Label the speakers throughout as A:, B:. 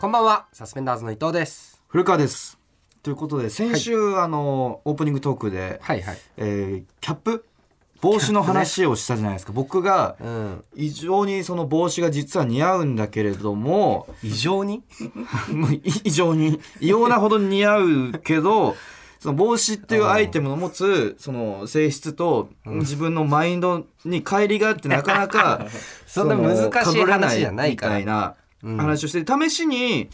A: こんばんはサスペンダーズの伊藤です
B: 古川ですということで先週、あのオープニングトークで、
A: はいはい
B: えーキャップ帽子の話をしたじゃないですか、僕が
A: うん
B: 異常にその帽子が実は似合うんだけれども
A: 異常に
B: もうい異常に異様なほど似合うけ どその帽子っていうアイテムの持つその性質と自分のマインドに乖離があってなかなか
A: そんな難しい
B: その被れ
A: 話じゃないから
B: みたいな話をして、試しに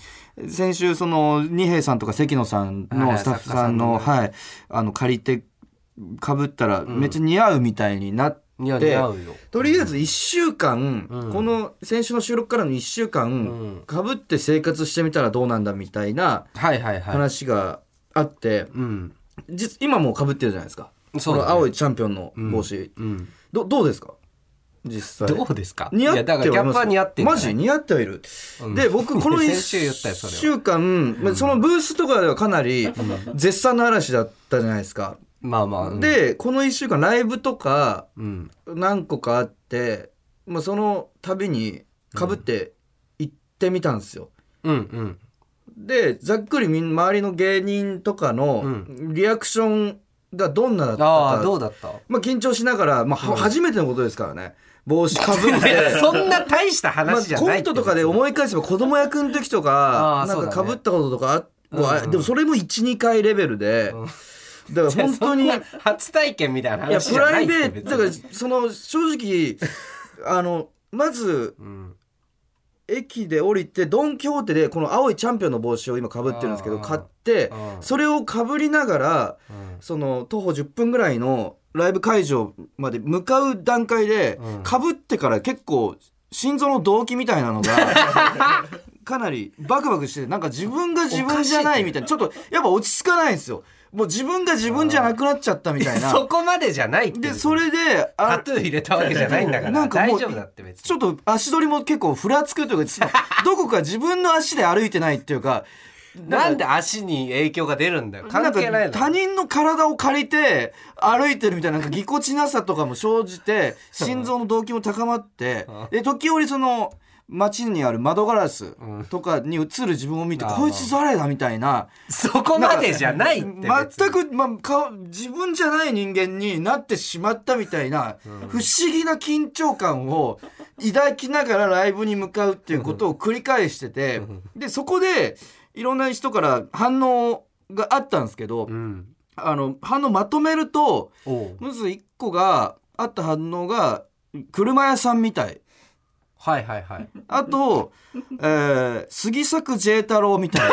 B: 先週その二瓶さんとか関野さん
A: は
B: の
A: い
B: スタッフさんの,、
A: 作家さん
B: はい、あの借りてかぶったらめっちゃ似合うみたいになって。
A: 似合う似合うよ
B: とりあえず1週間、
A: うん
B: この先週の収録からの1週
A: ん
B: 間かぶ、被って生活してみたらどうなんだみたいな
A: はいはいはい
B: 話があって、
A: うん
B: 実今もうかぶってるじゃないですか
A: そうだね
B: この青いチャンピオンの帽子、
A: うん
B: どどうですか実際
A: どうですか
B: 似
A: い
B: 合って
A: やだからキャ
B: はいま
A: ッ
B: す
A: プは似合ってんじゃ
B: マ
A: ない
B: ジ似合ってはいる、
A: うん
B: で僕この
A: 先週言ったよ
B: 1
A: それは
B: 週間、まあそのブースとかではかなり絶賛の嵐だったじゃないですか、
A: まあまあうん
B: でこの1週間ライブとか
A: うん
B: 何個かあって、まあ、その度にかぶって行ってみたんですよ、
A: うんうん
B: でざっくりみん周りの芸人とかの
A: うん
B: リアクションがどんなだった
A: ああ
B: か、
A: どうだった
B: まあ、緊張しながら、まあ、は初めてのことですからね帽子かぶっ
A: いや
B: て。
A: そんな大した
B: まあ
A: 話じゃ
B: コ
A: ない
B: ントとかで思い返せば子供役の時と
A: あ
B: か
A: ー
B: なん
A: そうだ
B: か
A: ね
B: かぶったこととかあ
A: うんうん
B: あでもそれも12回レベルでだから本当に
A: そんな初体験みたいない
B: や
A: 話じ
B: プ
A: ゃな
B: ラ
A: い
B: イ
A: って
B: ベートだからその正 直あのまず
A: うん
B: 駅で降りてドン・キホーテでこの青いチャンピオンの帽子を今かぶってるんですけど
A: あー
B: 買って
A: うん
B: それをかぶりながら
A: うん
B: その徒歩10分ぐらいのライブ会場まで向かう段階で
A: うん
B: かぶってから結構心臓の動悸みたい なのがかなりバクバクしててなんか自分が自分じゃないみたいなちょっとやっぱ落ち着かないんですよもう自分が自分じゃなくなっちゃったみたいな
A: そこまでじゃないって
B: でそれで
A: タ
B: あ
A: トゥー入れたわけじゃないんだから
B: なんかも
A: 大
B: う
A: 丈夫だって別に
B: ちょっと足取りも結構ふらつくというかそのどこか自分の足で歩いてないっていうか
A: なんで足に影響が出るんだよ関係ないの
B: んか他人の体を借りて歩いてるみたいななんかぎこちなさとかも生じ て心臓の動機も高まってで時折その街にある窓ガラスとかに映る自分を見て、
A: うん
B: こいつ誰だみたいな
A: そこまでじゃないって別に
B: 全く、まあ、顔自分じゃない人間になってしまったみたいな、不思議な緊張感を抱きながらライブに向かうっていうことを繰り返してて、でそこでいろんな人から反応があったんですけど、
A: うん
B: あの反応まとめると
A: おう
B: まず1個があった反応が車屋さんみたい。
A: はいはいはい
B: あと、えー杉作 J 太郎みたい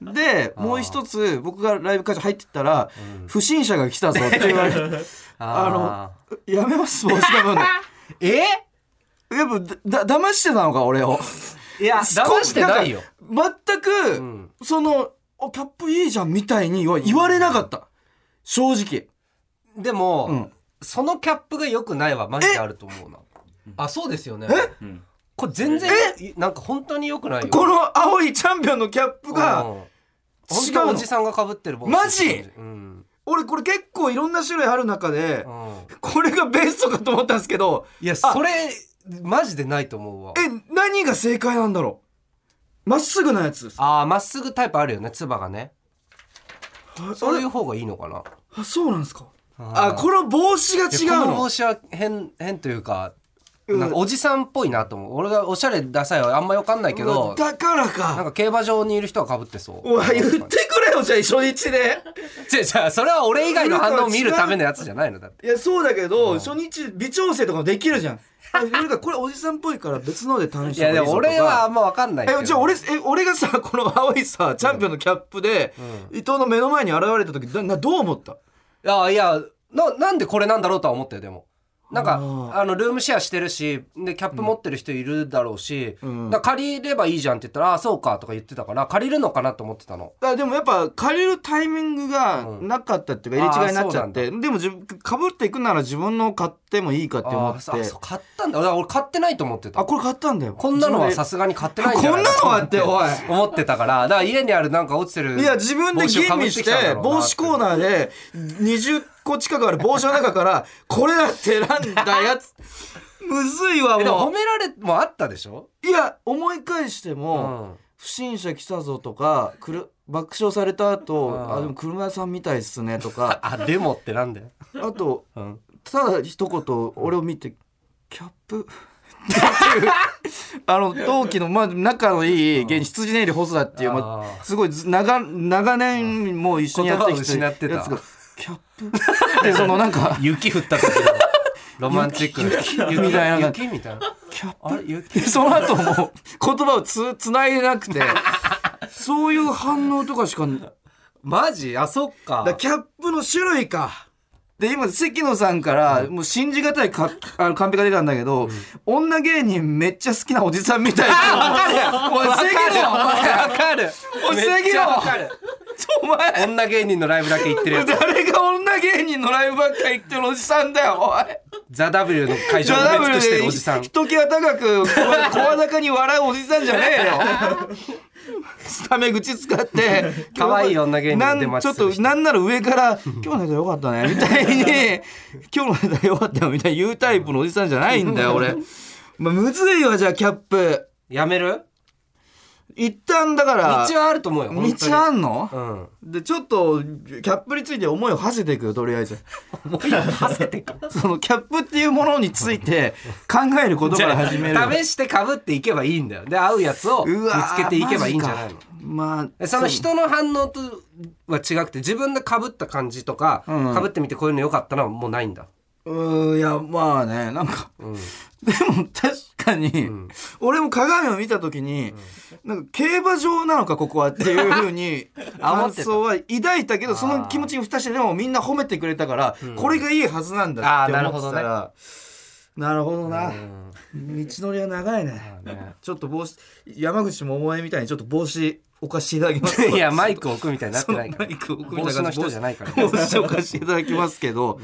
B: な。で
A: あー
B: もう一つ僕がライブ会場入ってったら
A: う
B: 「不審者が来たぞ」って言われて
A: あ
B: 「やめます帽子かぶんの」
A: のえ
B: やっぱだだ騙してたのか俺を
A: いや騙してないよ
B: なんか全く、
A: うん
B: その「おキャップいいじゃん」みたいには言われなかった正直
A: でも、
B: うん
A: そのキャップが良くないはマジであると思うなあそうですよね
C: うん
A: これ全然いなんか本当に良くないよ
B: この青いチャンピオンのキャップ
A: うん
B: が
A: 本
B: 違う
A: 当
B: の
A: おじさんが被ってる帽子
B: マジ
A: うん
B: 俺これ結構いろんな種類ある中で
A: うん
B: これがベストかと思ったんですけど
A: いやそれマジでないと思うわ
B: え何が正解なんだろうまっすぐなやつです
A: ああまっすぐタイプあるよねつばがね
B: あ
A: そういう方がいいのかな
B: あそうなんですか
A: あ
B: あこの帽子が
A: で
B: 違う
A: この
B: の
A: 帽子は変変というか
B: うん
A: なんかおじさんっぽいなと思う俺がおしゃれダサいはあんまよかんないけど
B: だか
A: な
B: ら
A: ん
B: か
A: か競馬場にいる人はかぶってそう
B: おい言って くれよじゃあ初日で
A: 違う違うそれは俺以外の反応を見るためのやつじゃないのだって
B: いやそうだけど初日微調整とかもできるじゃんあなんかこれおじさんっぽいから別ので試し
A: い
B: て
A: やでも俺はあんまわかんないけど
B: えじゃあ俺え俺がさこの青いさチャンピオンのキャップで、伊藤の目の前に現れた時ななどう思った
A: いやいやななんでこれなんだろうとは思ったよでもなんか
B: あー
A: あのルームシェアしてるしでキャップ持ってる人いるだろうし、
B: うん
A: だから借りればいいじゃんって言ったら「ああそうか」とか言ってたから借りるのかなと思ってたの
B: あでもやっぱ借りるタイミングがなかったっていうか
A: うん
B: 入れ違いになっちゃ
A: あ
B: って、でも自分かぶっていくなら自分の買ってもいいかって思
A: あ
B: っ
A: ー
B: て
A: そうあそう買ったんだ俺俺買ってないと思ってた
B: あこれ買ったんだよ
A: こんなのは
B: 自
A: さすがに買って
B: 分
A: ないん
B: で
A: じゃ
B: こ
A: ない
B: んなのは っておい
A: 思ってたからだから家にあるなんか落ちてる
B: いや自分で
A: 帽子を
B: 吟
A: かぶっ
B: 味
A: き
B: した
A: んだ
B: て
A: ろうな
B: 帽子コーナーで20個近くある帽子の中から これだって選んだ やつむずいわ
A: えでも
B: も
A: 褒められもあったでしょ
B: ういや思い返しても、
A: うん
B: 不審者来たぞとかくる爆笑された後
A: あー
B: あでも車屋さんみたいっすね とか
A: あでもってなんだよ、
B: あと
A: うん、
B: ただ一言俺を見て「キャップ」 っていうあの同期の、まあ、仲のいい芸人羊ネイリ細田っていう、ま
A: あ
B: あ、すごいず長長年もう一緒にやってきて
A: 言葉を失ってた
B: やつが「キャップ」ってそのなんか
A: 雪降 った時のロマンチックな雪
B: みたいなのが
A: 雪みたいな
B: 「キャップ」
A: あれ雪
B: その後も言葉をつつないでなくてそういう反応とかしかだか
A: マジあそっから
B: キャップの種類かで今関野さんからもう信じがたいかあのカンペが出たんだけど、女芸人めっちゃ好きなおじさんみ たいなおい関野
A: わかる
B: おい
A: めっちゃわかる
B: お前
A: 女芸人のライブだけ行って るやつ
B: 誰が女芸人のライブばっかり行ってるおじさんだよおい
A: ザ・ W の会場を埋め尽くしてるおじさん
B: ひときわ 高く声高に笑うおじさんじゃね えよタメ口使って
A: 可愛い女芸人
B: な
A: で
B: ん
A: 待
B: ちょ
A: ち
B: っ
A: する
B: と
A: 人
B: なんなら上から「今日のネタ良かったね」み たいに「今日のネタ良かったよ」みたいに言うタイプのおじさんじゃないんだよ俺、まあ、むずいわじゃあキャップ
A: やめる
B: 一旦だか
A: 道
B: ら
A: はあると思うよ本当に
B: 道あんの
A: うん
B: でちょっとキャップについて思いを馳せていくよとりあえず
A: もう一個はせてく
B: そのキャップっていうものについて考えることから始めるよ
A: 試してかぶっていけばいいんだよで合うやつを見
B: うわー
A: つけていけばいいんじゃないの
B: マジかまあ
A: その人の反応とは違くて自分でかぶった感じとか
B: うん
A: かぶってみてこういうの良かったのはもうないんだ
B: うーんいやまあねなんか
A: うん
B: でも確かに、
A: ん
B: 俺も鏡を見た時に、なんか競馬場なのかここはっていうふ うに
A: 思
B: 感
A: ってた
B: 想は抱いたけどその気持ちに蓋してでもみんな褒めてくれたから、これがいいはずなんだって
A: あー
B: 思ってたらなるほどな、
A: うん
B: 道のりは長いね
A: ね
B: ちょっと帽子山口百恵みたいにちょっと帽子お貸しいただきま す
A: いやマイク置くみたいになってないから
B: そのマイク置くみたい
A: 帽子
B: な
A: の人じゃないからね
B: 帽子を貸していただきますけど、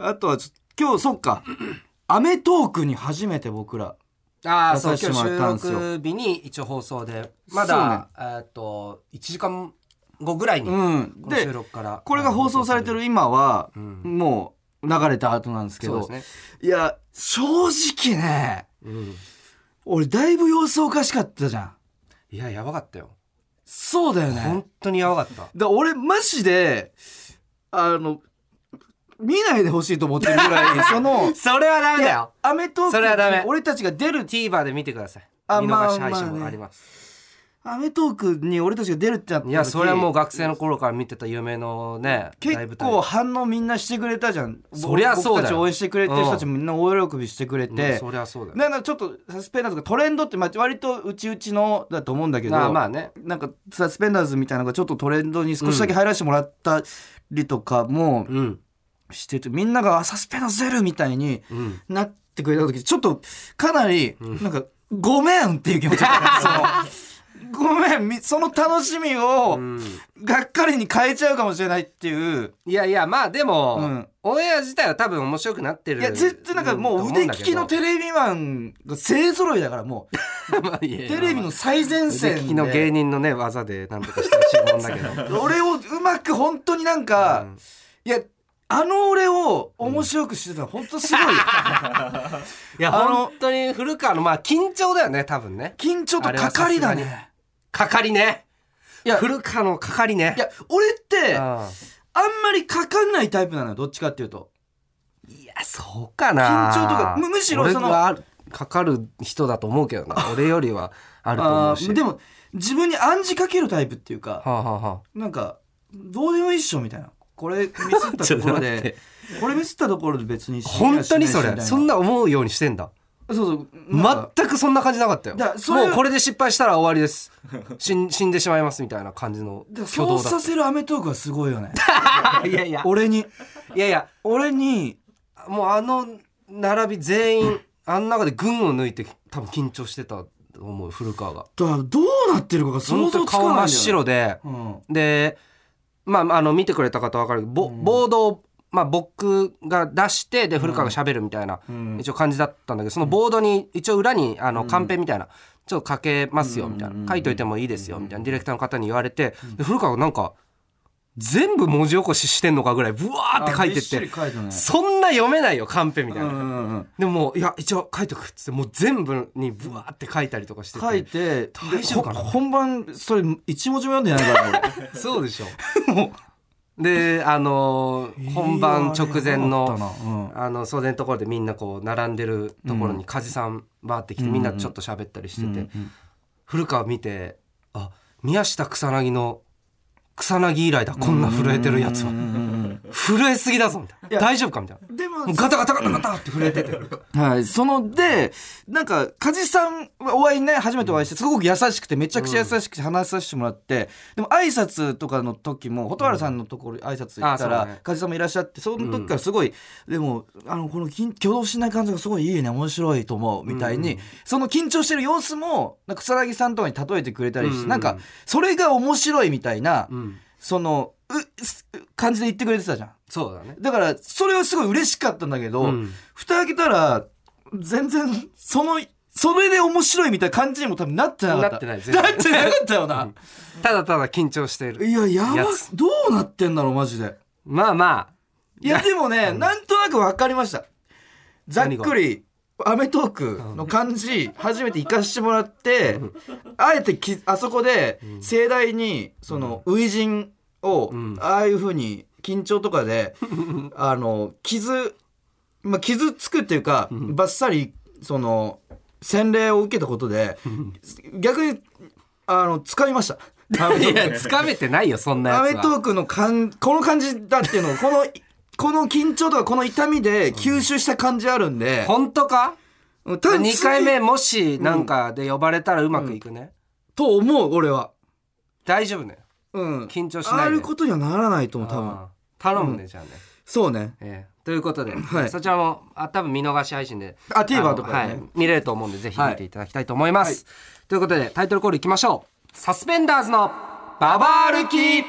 B: あとはちょっと今日そっか『アメトーーク』に初めて僕ら
A: ああ、そう、
B: 出させ
A: 今
B: て
A: 日
B: もら
A: 収
B: ったんですよ
A: 録日に一応放送で、ま
B: そうね
A: だ、えーっと、1時間後ぐらいに、
B: う
A: こ
B: ん
A: の収
B: で
A: 録から。
B: これが放送されてる今は、
A: うん
B: もう流れた後なんですけ
A: そう
B: ど、
A: ですね。
B: いや正直ね
A: うん。
B: 俺だいぶ様子おかしかったじゃん
A: いや、やばかったよ。
B: そうだよね
A: 本当にやばかった。
B: だ俺マジであの見ないでほしいと思ってるぐ らい その
A: それはダメだよ。
B: アメトー
A: それはダメ
B: ーク俺たちが出る
A: TVer で見てください。
B: あ
A: 見
B: ま
A: 逃
B: あ
A: し配信
B: まあね
A: もあります。
B: アメトーークに俺たちが出るってなった時
A: いや、それはもう学生の頃から見てた夢のね、大
B: 結
A: 舞
B: 構
A: 台。
B: 反応みんなしてくれたじゃん
A: そりゃそうだよ
B: 僕たち応援してくれてる人たちもみんな大喜びしてくれ
A: うん
B: て、
A: そりゃそうだよ。
B: なんかちょっとサスペンダーズとかトレンドってまあ割とうちうちのだと思うんだけど
A: まあまあね。
B: なんかサスペンダーズみたいなのがちょっとトレンドに少しだけ入らせてもらったりとかも
A: うん。
B: してて、みんながあサスペンダーズ出るみたいに
A: うん。
B: なってくれた時ちょっとかなりなんか、ごめんっていう気持ちだ ったそのごめんみその楽しみを
A: うん
B: がっかりに変えちゃうかもしれないっていう。
A: いやいや、まあでも、
B: うん
A: オンエア自体は多分面白くなってる。
B: いや絶対なんかもう腕利きのテレビマンが勢ぞろいだからもう
A: レ
B: テレビの最
A: 腕
B: 前
A: 利
B: 線
A: きの芸
B: で
A: 人のね技でなんとかしてほしいもんだ けど
B: 俺をうまく本当になんか、
A: うん
B: いやあの俺を面白くしてたの本当すごいよ
A: いや
B: あの
A: 本当に古川のまあ緊張だよね多分ね
B: 緊張とかかりだ
A: あれ
B: ね
A: かかりね
B: いや
A: 古川のかかりね
B: いや俺ってあん
A: ああ
B: まりかかんないタイプなのよどっちかっていうと
A: いやそうかな
B: 緊張とかむむしろその
A: 俺はあるかかる人だと思うけど な俺よりはあると思う
B: あ
A: し
B: ーでも自分に暗示かけるタイプっていう
A: は
B: か
A: あ、はあは
B: なんかどうでもいいっしょみたいなこれミスったとこ ろ
A: ちょっと待っ
B: で
A: て
B: これミスったところで別に
A: あ、
B: 死に
A: 本
B: やし
A: 当
B: ない
A: に
B: し
A: そ
B: みたい
A: れ
B: な
A: そんな思うようにしてんだ
B: そうそうなんか
A: 全くそんな感じなかったよ
B: だからそれ
A: もうこれで失敗したら終わりです死ん 死んでしまいますみたいな感じの
B: だから
A: 挙
B: そう
A: 動だ
B: させるアメトークはすごいよね
A: いやいや
B: 俺に
A: いやいや
B: 俺に
A: もうあの並び全員あの中で群を抜いて多分緊張してたと思う古川が
B: だからどうなってるかが想
A: 本当
B: 像
A: に
B: つかな
A: 顔
B: いんだよ、ね、
A: 真っ白で
B: うん
A: でまああの見てくれた方分かるけどボ,、
B: うん
A: ボードを、まあ、僕が出してで古川が喋るみたいな、
B: うん
A: 一応感じだったんだけどそのボードに一応裏にあのカンペみたいな、ちょっと書けますよみたい
B: うんうんう
A: なん書いといてもいいですよみたいなディレクターの方に言われてで古川がなんか全部文字起こししてんのかぐらいブワーって書いて
B: あび
A: っ
B: してり書いてね
A: そんな読めないよカンペみたいな、
B: うんうんうん
A: でももういや一応書いとくっつってもう全部にブワーって書いたりとかしてて
B: 書いてで
A: 大丈夫かな
B: ほ本番それ一文字も読んでないから俺
A: そうでしょ であのー本番直前
B: いやーあれよか
A: の
B: ったなうん
A: あの袖のところでみんなこう並んでるところに梶さんバーって来てみんなちょっと喋ったりしてて、古川見てあ宮下草薙の草薙以来だこんな震えてるやつは震えすぎだぞみたいな大丈夫かみたいな
B: でも
A: もうガタガタガタガタって震えてて
B: はい、そのでなんか梶さんはお会いね初めてお会いしてすごく優しくてめちゃくちゃ優しくて話させてもらって、でも挨拶とかの時も蛍原さんのところ挨拶行った
A: あ
B: ら、
A: そうね
B: 梶さんもいらっしゃってその時からすごい、でもあのこの緊挙動しない感じがすごいいいね面白いと思うみたいに、その緊張してる様子もなんか草薙さんとかに例えてくれたりして、
A: うん
B: なんかそれが面白いみたいな、
A: うん
B: そのうす感じで言ってくれてたじゃん。
A: そうだね
B: だからそれはすごい嬉しかったんだけど、
A: うん
B: 蓋開けたら全然そのそれで面白いみたいな感じにも多分なってなかった
A: なってない全然
B: な ってなかったよな、
A: ただただ緊張してる
B: いややば
A: や
B: っ
A: つ
B: どうなってんだろうマジで
A: まあま
B: いやでもねなんとなく分かりましたざっくり『アメトーク』の感じ初めて行かしてもらってあえてきあそこで盛大にその初陣を
A: ん
B: ああいうふうに緊張とか であの傷まあ傷つくっていうかばっさりその洗礼を受けたことで逆にあの掴みま した。
A: あいや掴めてないよそんな
B: ア
A: や
B: メ
A: つ
B: ト
A: は
B: ークのかんこの感じだっていうのをこのこの緊張とかこの痛みで吸収した感じあるんで、
A: 本当か
B: うん、多分
A: 2回目もしなんかで呼ばれたらうまくいくね、
B: と思う俺は、
A: 大丈夫ね
B: うん、
A: 緊張しないで
B: あることにはならないと思う多分
A: あー頼むね、じゃあね、
B: そうね
A: ええということで、
B: はい
A: そちらもあ多分見逃し配信で
B: あ TVer
A: あの
B: とかでね
A: はい、見れると思うんでぜひ見ていただきたいと思います、ということでタイトルコールいきましょうサスペンダーズのババ歩き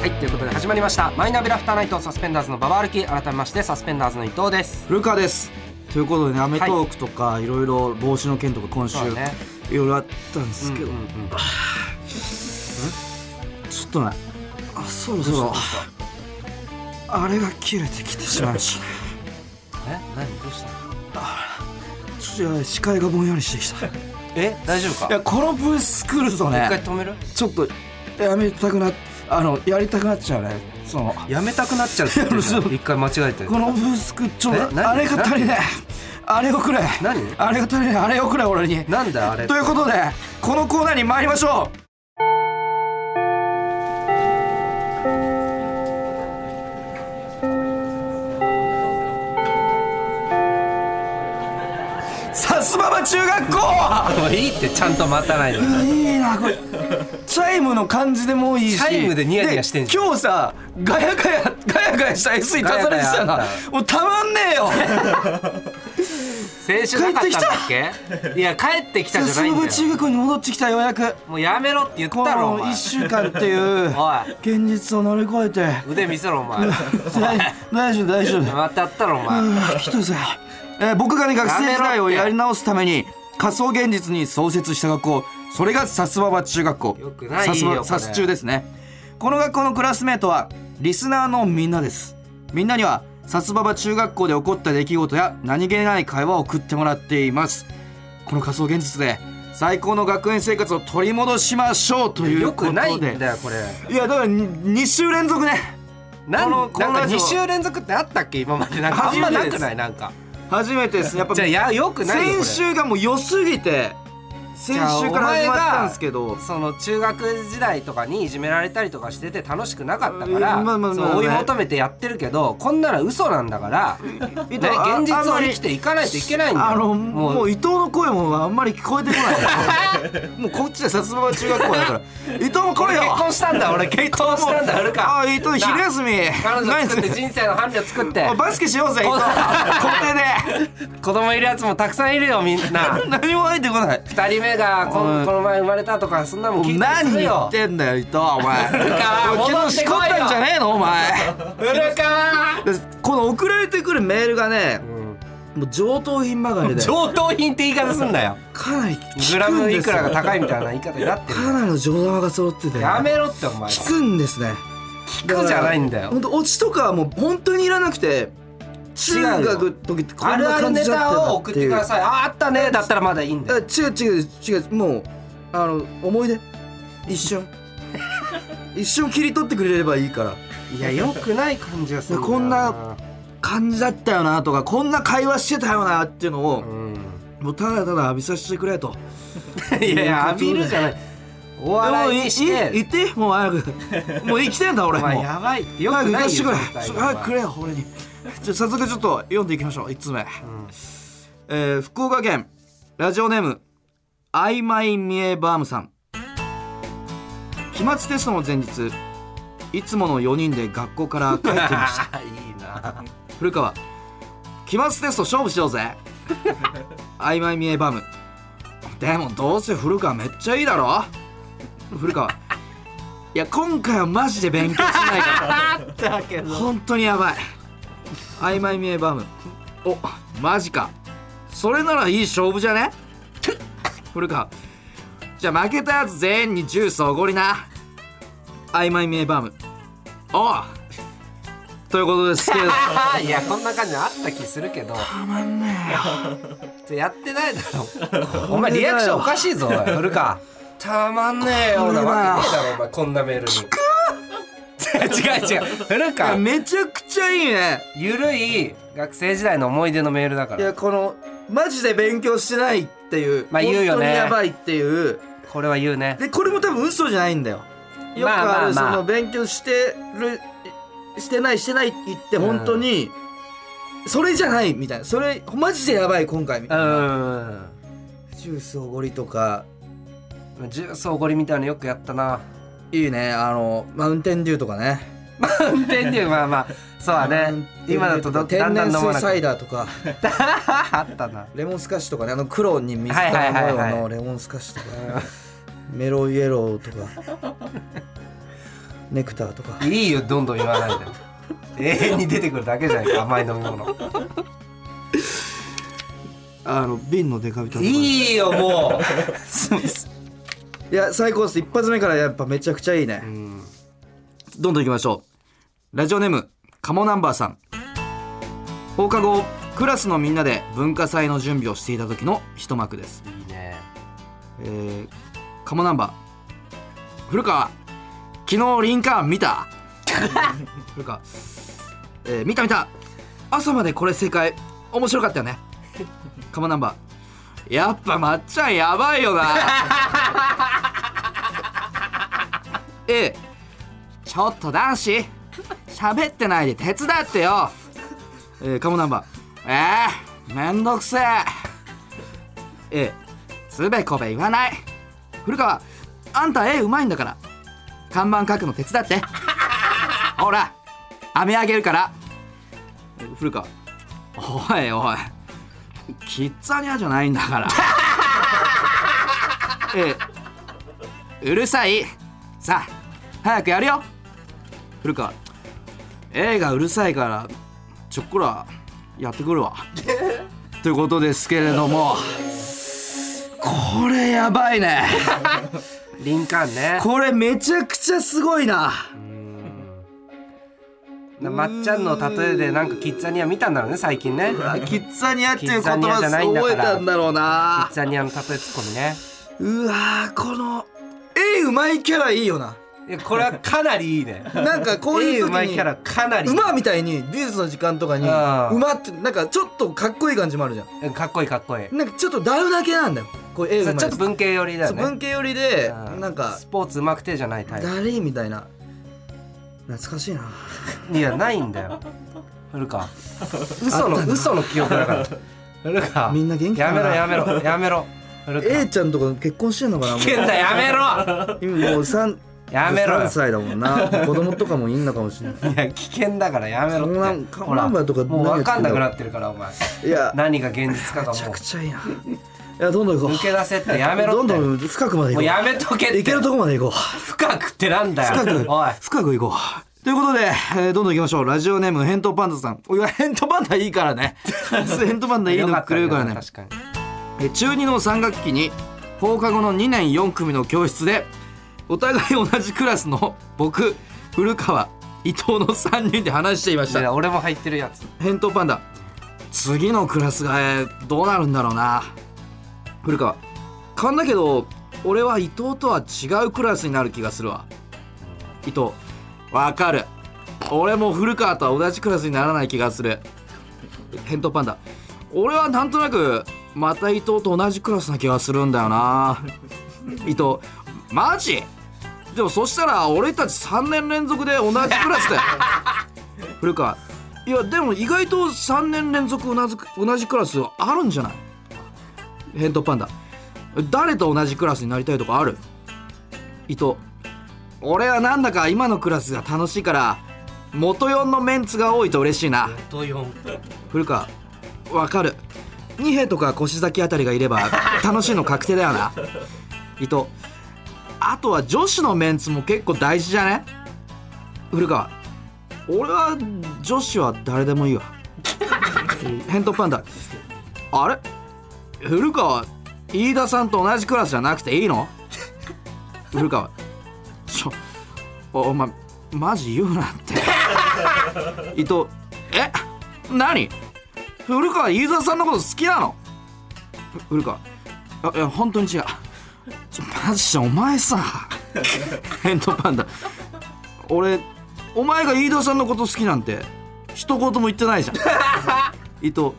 A: はいということで始まりましたマイナビラフターナイトサスペンダーズのババ歩き改めましてサスペンダーズの伊藤です
B: 古川ですということでね『アメトーク』とかいろいろ帽子の件とか今週
A: そうね
B: いろいろあったんですけど、ちょっとねあそろそろあれが切れてきてしまいましたね
A: え何どうした
B: ちょっと視界がぼんやりして きたい
A: え大丈夫か
B: やこのブース来るぞね
A: 一回止める
B: ちょっとやめたくなあのやりたくなっちゃうねその
A: やめたくなっちゃうって言ってるじゃん一回間違えて
B: このブースクちょっ
A: え
B: と
A: 何
B: あれが足りないあれをくれ
A: 何
B: あれが足りないあれをくれ俺に
A: なんだあれ
B: ということでこのコーナーに参りましょうさすまば中学校
A: もういいってちゃんと待たないで
B: いいなこれチャイムの感じでもいいし
A: チャイムでニヤニヤしてんじ
B: で今日さガヤガヤガヤガヤした SE
A: ガヤガ
B: 足され
A: ヤ
B: てたよな
A: あった
B: もうたまんねえよ
A: 先週なかったんだっけいや帰ってきたじゃないんだ
B: 部中
A: よ
B: 学校に戻ってきたようやく
A: もうやめろって言っ
B: こ
A: たろお
B: の
A: 前
B: 1週間ってい う
A: おい
B: 現実を乗り越えて
A: 腕見せ ろお前
B: 大 大丈夫大丈夫
A: またやったろお前
B: あ来たぜ、えー僕がね学生時代をやり直すために仮想現実に創設した学校それがさすばば中学校
A: よくない
B: さす
A: よこれ
B: ばさす中ですねこの学校のクラスメートはリスナーのみんなですみんなにはさすばば中学校で起こった出来事や何気ない会話を送ってもらっていますこの仮想現実で最高の学園生活を取り戻しましょうという
A: よ
B: こと
A: く
B: で
A: ないんだよこれ
B: いやだから2週連続ね
A: なん
B: このこ
A: な
B: の
A: んか
B: ラジオ
A: 2週連続ってあったっけ今までなんかあんまなく
B: 初めてで
A: な
B: す
A: いなんか
B: 初めてですやっぱ
A: じゃあやよくないよこれ
B: 先週がもう良すぎて先週から始まったんですけど
A: その中学時代とかにいじめられたりとかしてて楽しくなかったか
B: う
A: ら
B: んまあまあまあ
A: そう追い求めてやってるけどこんなの嘘なんだから、ね、現
B: あ
A: 実
B: あん
A: を
B: まり
A: 生きていかないといけないんだよ
B: あの
A: も
B: も
A: う
B: う伊藤の声もあんまり聞こえてこ ないもうこっちでさすが中学校だから伊藤もこれよ
A: 俺結婚したんだ俺結婚したんだ俺か
B: あ伊藤昼休み
A: 彼女
B: 何す
A: 作っ
B: る
A: て人生の伴侶作って
B: あバスケしようぜ伊藤校庭で
A: 子供いるやつもたくさんいるよみんな
B: 何も入って こない
A: 二人目がこ
B: うんん
A: この前生まれたとかそんなもん聞いて
B: 何
A: する
B: 言
A: よ
B: ってんだよ伊藤お
A: 川
B: 前お前昨日しこったんじゃねえのお前
A: 古川
B: でこの送られてくるメールがね、
A: うん
B: もう上等品まがれだよ
A: 上等品って言い方すんなよ
B: かなり効くんです
A: グ
B: よ
A: ラムいくらが高いみたいな言い方になってる
B: かなりの上玉が揃ってて
A: やめろってお前
B: 効くんですね
A: 聞くじゃないんだよ
B: 本当オチとかはもう本当にいらなくて中学の時ってこ
A: あ
B: ん
A: る
B: な
A: ある
B: 感
A: ネ
B: じだったん
A: タ
B: だ
A: を
B: って
A: 送っ
B: い
A: て
B: う
A: くださいああったねだったらまだいいんだ
B: あ
A: よ
B: 違う違う違うもうあの思い出 一瞬一瞬切り取ってくれればいいから
A: いやよくない感じがするだよ
B: こんな感じだったよなとかこんな会話してたよなっていうのを
A: う、ん
B: もうただただ浴びさせてくれと
A: いやいや浴びるじゃないお笑いにし
B: でもいい
A: て
B: い言ってもう早くもう生きてんだ
A: お
B: 俺も
A: 前
B: う
A: やばいってよ
B: 早
A: く
B: く行
A: ない
B: か
A: よ
B: してくれ
A: 絶対
B: ちょ
A: お前
B: 早くくれよ俺にじゃあ早速ちょっと読んでいきましょう1つ目、えー福岡県ラジオネーム曖昧見えバームさん期末テストの前日いつもの4人で学校から帰ってい ました
A: あーいいな
B: 古川期末テスト勝負しようぜ曖昧見えバムでもどうせ古川めっちゃいいだろ古川いや今回はマジで勉強しないから本当にやばい曖昧見えバムおマジかそれならいい勝負じゃね古川じゃあ負けたやつ全員にジュースおごりな曖昧見えバムおうということですけ れど
A: あーいやこんな感じあった気するけどたまん
B: ね
A: えよやってないだろ お前リアクションおかしいぞおい 古川たまんねえよなわけねえだろお前こんなメールに違う違う古
B: いや
A: 川
B: めちゃくちゃいいね
A: ゆるい学生時代の思い出のメールだか
B: い
A: ら
B: やこのマジで勉強してないっていう、
A: まあ言うよね
B: 本当にやばいっていう
A: これは言うね
B: でこれも多分嘘じゃないんだよよく
A: まあまあ
B: あるそ
A: まあ
B: の勉強してるしてないしてないって言って
A: うん
B: 本当にそれじゃないみたいなそれマジでやばい今回み
A: う
B: たいなんジュースおごりとか
A: ジュースおごりみたいなのよくやったない
B: いねあのマウンテンデューとかね
A: 運転っていうまあまあそうだ
B: マウン
A: ね
B: テンデュー
A: 今だとど
B: 天
A: だんだ
B: 然
A: ん飲まな
B: 水
A: く
B: サ
A: な
B: イ
A: る
B: ダー とか
A: あったな
B: レモンスカッシュとかねあの黒に水玉
A: はいはい
B: 模
A: はい
B: 様
A: は
B: のレモンスカッシュと か、メロイエローとかネクターとか
A: いいよどんどん言わないで永遠に出てくるだけじゃないか甘い飲み物
B: あの瓶のデカビタい
A: いいよも
B: や最高です一発目からやっぱめちゃくちゃいいね、
A: う、うん、
B: どんどん行きましょうラジオネームカモナンバーさん放課後クラスのみんなで文化祭の準備をしていた時の一幕です
A: いいね
B: えー、カモナンバー古川昨日リンカーン見た古川、えー見た見た朝までこれ正解面白かったよねカモナンバーやっぱまっちゃんやばいよなえちょっと男子喋ってないで手伝ってよ、えー、カモナンバーえー、めんどくせええーつべこべ言わない古川あんた絵うまいんだから看板書くの手伝ってほら飴あげるからえ古川おいおいキッザニアじゃないんだから ええうるさいさあ早くやるよ古川絵がうるさいからちょっこらやってくるわということですけれどもこれやばいね
A: リンカーンね
B: これめちゃくちゃすごいな
A: なまっちゃんの例えでなんかキッザニア見たんだろうね最近ねキッ
B: キッザニアっていう言
A: キッザニア
B: 葉
A: じゃないんだか
B: 覚え
A: ら
B: たんだろうな
A: ザニアの例えツッコミね
B: うわーこの絵うまいキャラいいよない
A: やこれはかなりいいね
B: なんかこう
A: いい
B: いう
A: う
B: 時
A: まいキ
B: に
A: ャラかなり
B: 馬みたいに美術の時間とかに
A: あー
B: 馬ってなんかちょっとかっこいい感じもあるじゃん
A: うんかっこいいかっこいい
B: なんかちょっとダウだけなんだよこういう絵う
A: そ
B: ま
A: う
B: い
A: ちょっと文系寄りだよ
B: そう
A: ね
B: 文系寄りで
A: うん
B: なんか
A: スポーツうまくてじゃないタイプ
B: だるいみたいな懐かしいない
A: やないんだよ古川嘘の嘘の記憶だ から古川
B: みんな元気
A: や
B: か
A: めろ
B: な
A: やめろやめろ古川
B: A ちゃんとか結婚してんのかなもう
A: 危険だやめろ
B: 今もう三
A: やめろよ
B: 3歳だもんな子供とかもいんのかもしれない
A: いや危険だからやめろ
B: カモラ
A: っ
B: ン
A: て
B: カモランバーとか
A: もう
B: 何やって
A: 分
B: んだろう
A: かんなくなってるからお前
B: いや
A: 何が現実かが
B: めちゃ
A: も
B: くちゃいいないやどんどん行
A: う
B: こ
A: 抜け
B: う
A: 出せってやめろ
B: ど
A: っ
B: ん
A: て
B: ど
A: も
B: ん深くまで行
A: う
B: こ
A: やめとけっ
B: う
A: て
B: 行けるとこまで行こう
A: 深くってなんだよ
B: 深く
A: おい
B: 深く行こうということで、えーどんどん行きましょう。ラジオネーム、ヘントパンダさん。おいや、ヘントパンダいいか らね。ヘントパンダいいのくれるからね。
A: 確かに
B: えー中2の3学期に放課後の2年4組の教室でお互い同じクラスの僕古川伊藤の3人で話していまし
A: い
B: た
A: や俺も入ってるやつ
B: 返答パンダ次のクラスがえーどうなるんだろうな古川勘だけど俺は伊藤とは違うクラスになる気がするわ伊藤わかる俺も古川とは同じクラスにならない気がする返答パンダ俺はなんとなくまた伊藤と同じクラスな気がするんだよな伊藤マジでもそしたら俺たち3年連続で同じクラスだよ古川いやでも意外と3年連続同じ同じクラスあるんじゃない返答パンダ誰と同じクラスになりたいとかある伊藤俺はなんだか今のクラスが楽しいから元4のメンツが多いと嬉しいな
A: と4
B: 古川わかる二兵とか腰崎あたりがいれば楽しいの確定だよな伊藤あとは女子のメンツも結構大事じゃね古川俺は女子は誰でもいいわ返答パンダあれ古川飯田さんと同じクラスじゃなくていいの古川ちょおお前マジ言うなって伊藤え何古川飯沢さんのこと好きなのふ古川あいや本当に違うちょマジでお前さ返答パンダ俺お前が飯田さんのこと好きなんて一言も言ってないじゃん伊藤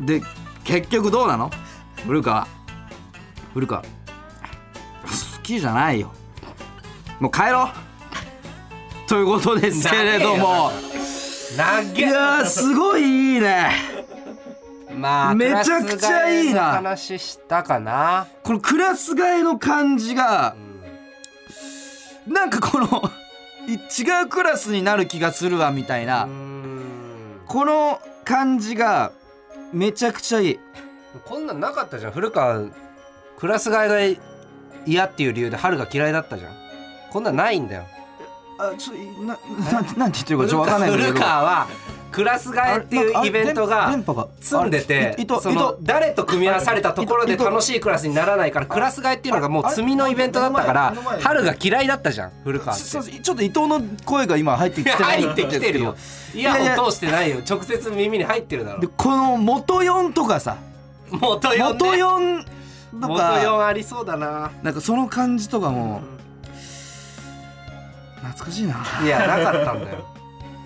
B: で結局どうなの古川古川好きじゃないよもう帰ろうということですけれどもいやーすごいいいね
A: まあ
B: めちゃくちゃいいな
A: クラス替えの話したかな
B: このクラス替えの感じが
A: うん
B: なんかこのい違うクラスになる気がするわみたいうな
A: ん
B: この感じがめちゃくちゃいい
A: こんなんなかったじゃん古川クラス替えが嫌っていう理由で春が嫌いだったじゃんこんなんないんだよ
B: あちょなななんて言ってるかちょっとわ
A: 古
B: かんないんだけど
A: 川はクラス替えっていうイベントが
B: 電波が
A: 積んでて
B: あれい糸
A: その
B: 糸
A: 誰と組み合わされたところで楽しいクラスにならないからクラス替えっていうのがもう積みのイベントだったから
B: あれあれ
A: 春が嫌いだったじゃん古川っ
B: すいま
A: て。
B: せんちょっと伊藤の声が今入ってきてな い
A: 入ってきてるよイヤ
B: いやい
A: ホ
B: や
A: ン通してないよ直接耳に入ってるだろ
B: でこの元4とかさ
A: 元4
B: 元
A: ね
B: 4と
A: 元
B: か
A: 4ありそうだな
B: なんかその感じとかも懐かしいない
A: や なかったんだよ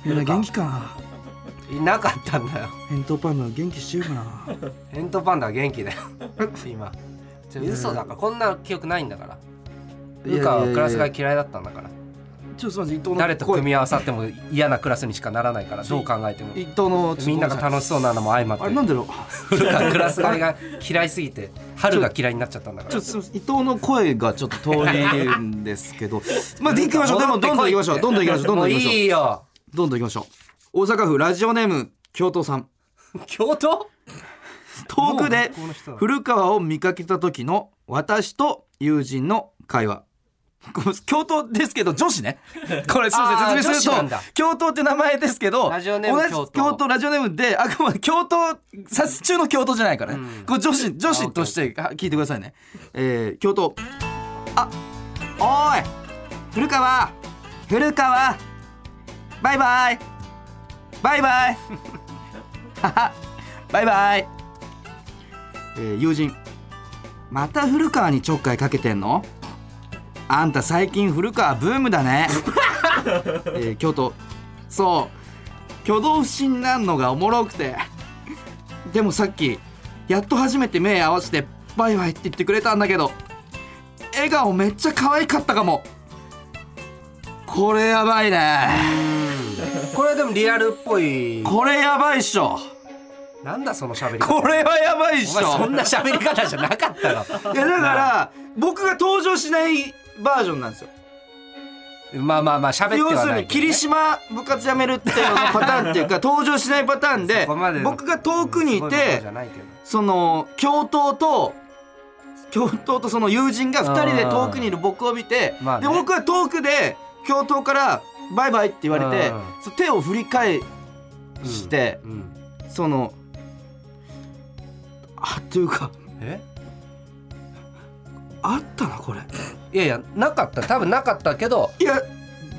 B: みんな元気かない
A: なかったんだよ
B: 返答パンダ元気してるかな
A: ヘントパンダは元気だよ 今ちょ嘘だからこんな記憶ないんだからルカはクラスが嫌いだったんだから
B: ちょっとすみません伊藤の
A: 誰と組
B: 合
A: み合わさっても嫌なクラスにしかならないからどう考えても
B: 伊藤の
A: みんなが楽しそうなのも相まっ
B: あれなん
A: て
B: だろう
A: 古川クラス替えが嫌いすぎて春が嫌いになっちゃったんだか
B: ちょ
A: ら
B: っとすみません伊藤の声がちょっと遠いんです けどまあ行きましょうでもどんどん行きましょうどんどん行きましょうどん
A: もう
B: ど
A: ん
B: 行きましょ
A: いいよ
B: うどんどん行きましょう大阪府ラジオネーム京都さん
A: 京都
B: 遠くで
A: もうこの人だ
B: 古川を見かけた時の私と友人の会話これ京都ですけど女子ねこれすいません
A: あー
B: 説明
A: 女
B: す
A: 子なん
B: ると
A: だ
B: 京都って名前ですけど
A: ラジオネーム
B: 同じ
A: 京都
B: 京都ラジオネームであくまで京都さ中の京都じゃないからね、
A: うん
B: これ女子女子としては聞いてくださいね、えー、京都あおーい古川古川バイバイバイバイ ははバイバイ、えー友人また古川にちょっかいかけてんのあんた最近古川ブームだね、えー京都そう挙動不審なんのがおもろくてでもさっきやっと初めて目合わせてバイバイって言ってくれたんだけど笑顔めっちゃ可愛かったかもこれやばいね
A: これでもリアルっぽい
B: これやばいっしょ
A: なんだその喋り方
B: これはやばいっ
A: お
B: し
A: 前そ
B: ょ
A: んな喋り方じゃなかったろ
B: いやだから僕が登場しないバージョンなんですよ
A: まあまあまあ喋って
B: 要
A: は
B: す
A: な
B: る
A: い
B: に霧島部活やめるっていうののパターンっていうか登場しないパターン で
A: そこまでの
B: 僕が遠くにい
A: すごこと
B: て
A: じゃないけど
B: その教頭と教頭とその友人が2人で遠くにいる僕を見て
A: まあね
B: で僕は遠くで教頭からバイバイって言われて
A: うん
B: そう手を振り返して、
A: うん、
B: そのあというか
A: え
B: あったなこれ
A: いやいやなかった多分なかったけど
B: いや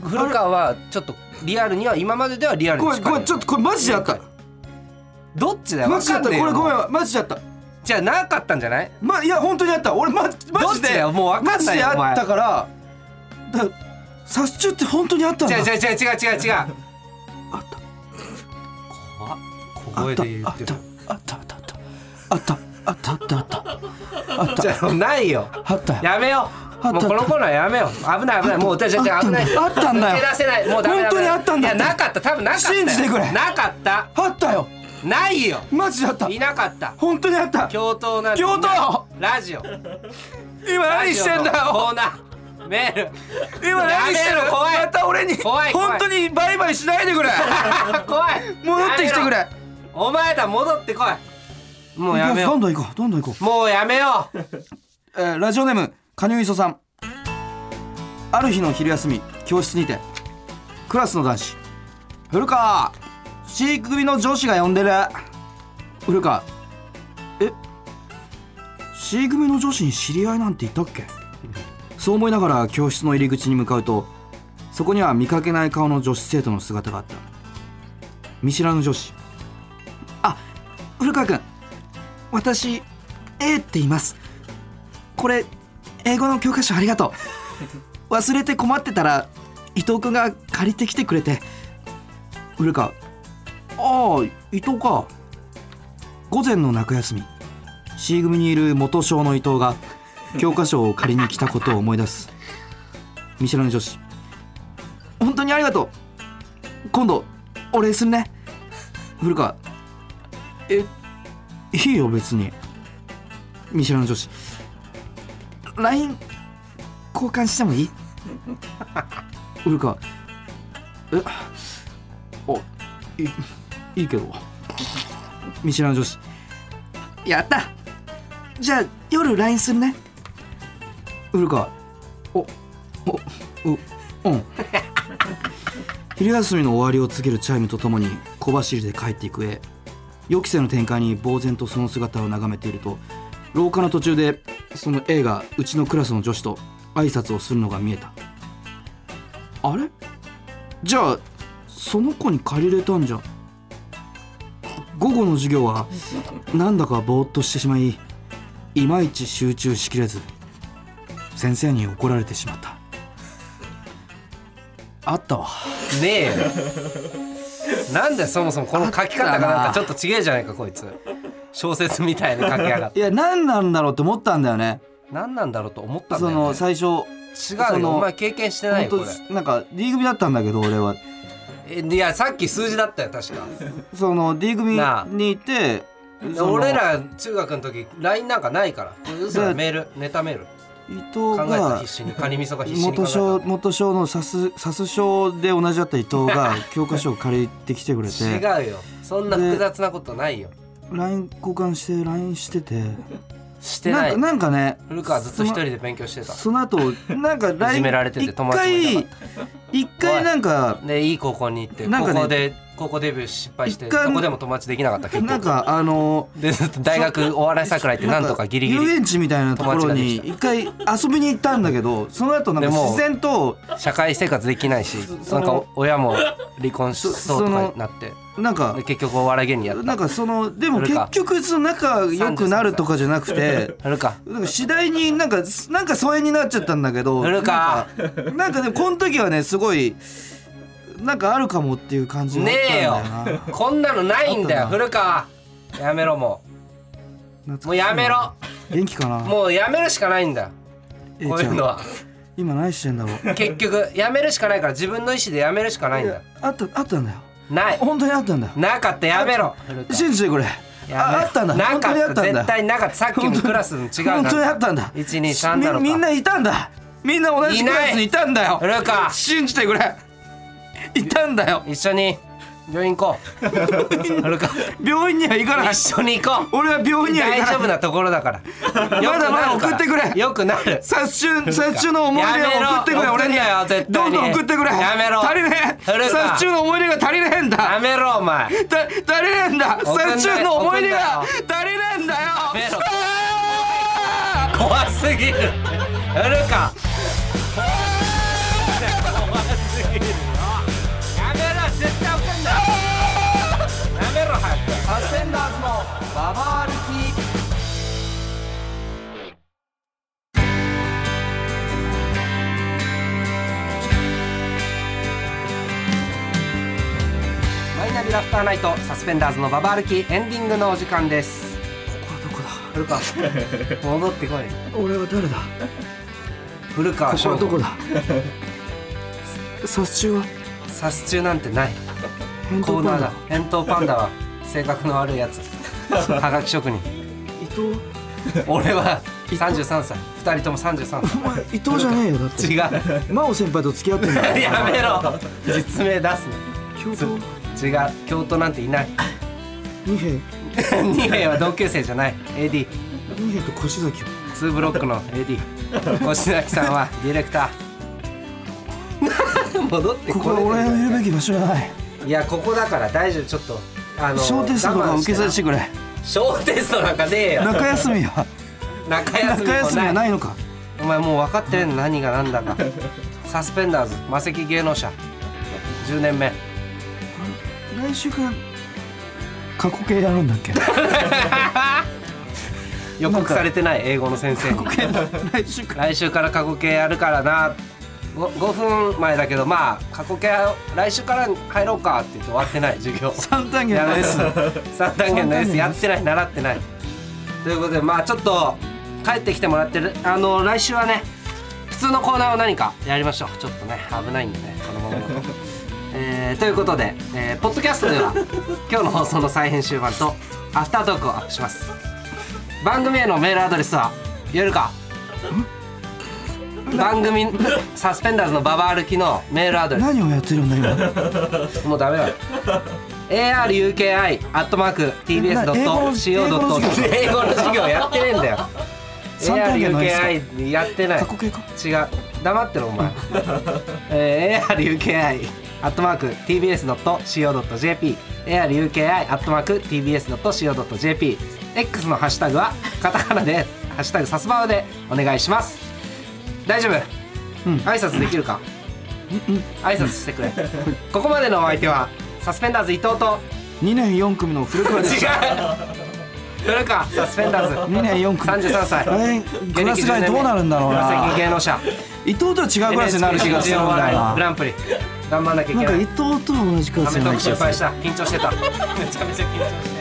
A: 古川はちょっとリアルには今までではリアルに
B: ごめん
A: 近い
B: ごめんちょっとこれマジであった
A: どっちだよ
B: マジであ
A: わ
B: っ
A: か
B: た
A: んねえ
B: こ
A: よ
B: れごめ
A: もうん
B: マジであった
A: じゃあなかったんじゃない
B: まいや本当にあった俺マ
A: ど
B: マ
A: っち
B: ジで
A: だよもうわか
B: マ
A: ん
B: ジ
A: ない
B: で
A: よ
B: あ
A: お前
B: ったからだから殺虫って本当にあったんだ
A: 違う違う違う違う違う違う
B: あった
A: 怖っ小
B: あ
A: 声
B: った
A: で言
B: あ
A: っ
B: って
A: る
B: たあったあったあったあったあったあったあった
A: じゃあもうないよ
B: あったよ
A: やめよ
B: あ
A: うも
B: った
A: うこのコーナーやめよう危ない危ないもうじゃあじゃあ危ない
B: あったんだよ
A: 抜け出せないもうダメだ
B: 本当にあったんだ
A: い
B: って
A: やなかった多分なかったよ
B: 信じてくれ
A: なかった
B: あったよ
A: ないよ
B: マジであっ た
A: いなかった
B: 本当にあった
A: 教頭なんて
B: 教頭
A: ラジオ
B: 今何してんだ
A: ラジオの
B: よ
A: コーナーメール
B: 今何して
A: や
B: ん
A: め
B: の
A: ろ怖い
B: また俺に
A: 怖い怖い
B: 本当にバイバイしないでくれ
A: 怖い
B: 戻ってきてく
A: や
B: れ
A: めろお前ら戻ってこいもうやめ
B: ど
A: よ
B: んどん行こうどんどん行こ
A: う
B: う
A: もうやめよう
B: えーラジオネームカニュイソさんある日の昼休み教室にてクラスの男子古川飼育組の上司が呼んでる古川え飼育組の上司に知り合いなんていたっけそう思いながら教室の入り口に向かうとそこには見かけない顔の女子生徒の姿があった見知らぬ女子あ古川君私 A って言いますこれ英語の教科書ありがとう忘れて困ってたら伊藤君が借りてきてくれて古川ああ伊藤か午前の中休み C 組にいる元将の伊藤が教科書を借りに来たことを思い出す見知らぬ女子本当にありがとう今度お礼するね古川えいいよ別に見知らぬ女子 LINE 交換してもいい 古川えあいいいけど見知らぬ女子やったじゃあ夜 LINE するね古川おおううん昼休みの終わりを告げるチャイムとともに小走りで帰っていくへ予期せぬ展開に呆然とその姿を眺めていると廊下の途中でその A がうちのクラスの女子と挨拶をするのが見えたあれじゃあその子に借りれたんじゃ午後の授業はなんだかぼーっとしてしまいいまいち集中しきれず先生に怒られてしまったあったわ
A: ねえよなんでそもそもこの書き方がなんかちょっと違えじゃないかこいつ小説みたいに書きや がって
B: いや何なんだろうって思ったんだよね
A: 何なんだろうと思ったんだ
B: そ
A: よ、
B: の
A: ね、
B: 最
A: 違
B: 初そう
A: よ
B: の
A: お前経験してない
B: 本
A: よこれ
B: 当なんか D 組だったんだけど俺は
A: えいやさっき数字だったよ確か
B: その D 組
A: なあ
B: にいてその
A: 俺ら中学の時 LINE なんかないから嘘だ
B: で
A: メールネタメール
B: 伊藤
A: 考えた
B: が
A: 必死にカニ味噌が必死に考
B: 元将
A: え
B: 元将のサスサス賞で同じだった伊 藤が教科書を借りてきてくれて
A: た違うよそんな複雑なことないよ
B: LINE 交換して LINE してて
A: してな
B: なん
A: い
B: かなんかね
A: 古川ずっと一人で勉強してた
B: その後なんか LINE
A: いじめられてて
B: 一
A: 友達もいな
B: 回
A: か
B: 一回なんか
A: でいい高校に行って
B: なんかね
A: 高校で高校デビュー失敗して
B: 一
A: ど
B: 回
A: こでも友達できなかった結
B: なん
A: 局
B: かあの
A: でずっと大学お笑い桜井ってなんとかギリギ
B: 遊
A: リ
B: 園地みたいなところに一回遊びに行ったんだけどその後なんか
A: でも
B: 自然と
A: 社会生活できないし
B: そ
A: なんか
B: そ
A: 親も離婚し
B: そ
A: そうと
B: そ
A: か
B: の
A: になって
B: なんか
A: で結局お笑い芸人やった
B: なんかそのでも
A: それ
B: 結
A: か
B: 局その仲良くなるとかじゃな くて
A: 古川
B: なんか次第になんかなんか疎遠になっちゃったんだけど
A: 古川
B: なんかなんかでもこの時はねすごいなんかあるかもっていう感じがあっ
A: ねえよ
B: たんだよな
A: こんなのないんだ
B: あ
A: よ
B: ったな
A: 古川やめろも
B: 懐かしいう
A: もうやめろ
B: 元気かな
A: もうやめるしかないんだよ
B: え
A: こ
B: いうち
A: い
B: ゃ
A: うんのは
B: 今何してんだろう
A: 結局やめるしかないから自分の意思でやめるしかないんだよ
B: あったあったんだよ
A: ない
B: 本当にあったんだよ
A: なかったやめろ
B: 信じてくれ
A: やめろ
B: ああったんだ
A: な
B: 本当に
A: か
B: あ
A: っ
B: った
A: た
B: ん
A: 絶
B: だ
A: 対なかったさっきもクラスの違う
B: 本当にあったんだ
A: 123だろうか
B: みみんないたんだみんな同じクラスにいたんだよ
A: 古川
B: 信じてくれいたんだよ
A: 一緒に病院行こ う古川
B: 病院には行かない
A: 一緒に行こう
B: 俺は病院には行
A: 大
B: かない
A: 丈夫なところだから
B: まだまだ送ってくれ
A: よくなる
B: 殺虫殺虫の思い出を送ってく
A: やめ
B: れ
A: ろ送
B: 俺に
A: んなよ絶対
B: どん
A: に
B: どん送ってくれ
A: やめろ
B: 足りね
A: 古
B: え
A: 川
B: 殺虫の思い出が足りねえんだ
A: やめろお前
B: た足りねえんだ
A: 送んなよ
B: 殺虫の思い出が足
A: 送
B: りねえんだよ
A: やめろ
B: あー
A: 怖すぎる古川やめろ絶対送んなよやめろ早く
B: サスペンダーズのババア歩き
A: マイナビラフターナイトサスペンダーズのババ歩きエンディングのお時間です
B: これどこだ
A: 古川戻ってこい
B: 俺は誰だ
A: 古川
B: ここはどこ
A: だ
B: だ殺虫は
A: 殺虫なんてない
B: 返答
A: コーナ
B: パ
A: ー
B: ン
A: だ
B: ダ
A: 扁桃パンダは性格の悪いや つはがき職人
B: 伊藤
A: 俺は33歳二人とも33
B: お前伊藤じゃねえよだって
A: 歳違う
B: 真央先輩と付き合ってんだよ
A: やめろ実名出す
B: 京都
A: の違う京都なんていない
B: 二兵
A: 二名は同級生じゃない AD
B: 二兵と腰崎を
A: ツーブロックの AD 越崎さんはディレクター 戻って
B: ここは
A: れ
B: 俺のいるべき場所じゃない
A: いやここだから大丈夫ちょっとあの
B: 小テストとか受けさせて
A: て
B: くれ
A: 小テストなんかねえよ
B: 中休みは
A: 中休み
B: 中休み
A: も
B: は
A: ない
B: ないのか
A: お前もう分かってんの何が何だかサスペンダーズ魔石芸能者10年目
B: 来週から過去形やるん だっけ
A: 予告されてない英語の先生に
B: 来週から
A: 来週から過去形やるからな 5, 分前だけどまあ過去形来週から入ろうかって言って終わってない授業
B: 三単元
A: や
B: の
A: め
B: S
A: 三単元の S やってない習ってないということでまあちょっと帰ってきてもらってるあの来週はね普通のコーナーを何かやりましょうちょっとね危ないんでねこのままだと、 えーということで、えーポッドキャストで は今日の放送の再編集版とアフタートークをアップします番組へのメールアドレスは言えるか番組サスペンダーズのババ歩きのメールアドレス
B: 何をやってるんだ 今
A: もうダメだ。ARUKI アットマーク TBS ドッ
B: 英語の
A: ト CO ドット英語の授業やってねえんだよ。
B: 三単元の S か
A: ARUKI やってない
B: 過。去形か
A: 違う黙ってろお 前。えー ARUKI アットマーク TBS ドット CO ドット JP ARUKI アットマーク TBS ドット CO ドット JP X のハッシュタグはカタカナでハッシュタグサスバウでお願いします。大丈夫。
B: うん
A: 挨拶できるか。挨拶してくれ。ここまでのお相手はサスペンダーズ伊藤と
B: 二年四組の古川で
A: 違
B: す
A: う古川サスペンダーズ
B: 二年四組
A: 三十三歳
B: 来年クラス替えどうなるんだろう
A: 現
B: な
A: 役芸能者
B: 伊藤とは違うクラスになる気がするんだよ
A: NHK
B: な
A: グランプリ頑張んなきゃい
B: なん
A: けな
B: か伊
A: い
B: 藤と同じクラ
A: ア
B: ス
A: メ
B: に
A: トーク
B: なる気が
A: 失
B: する
A: 敗した緊張してためちゃめちゃ緊張してた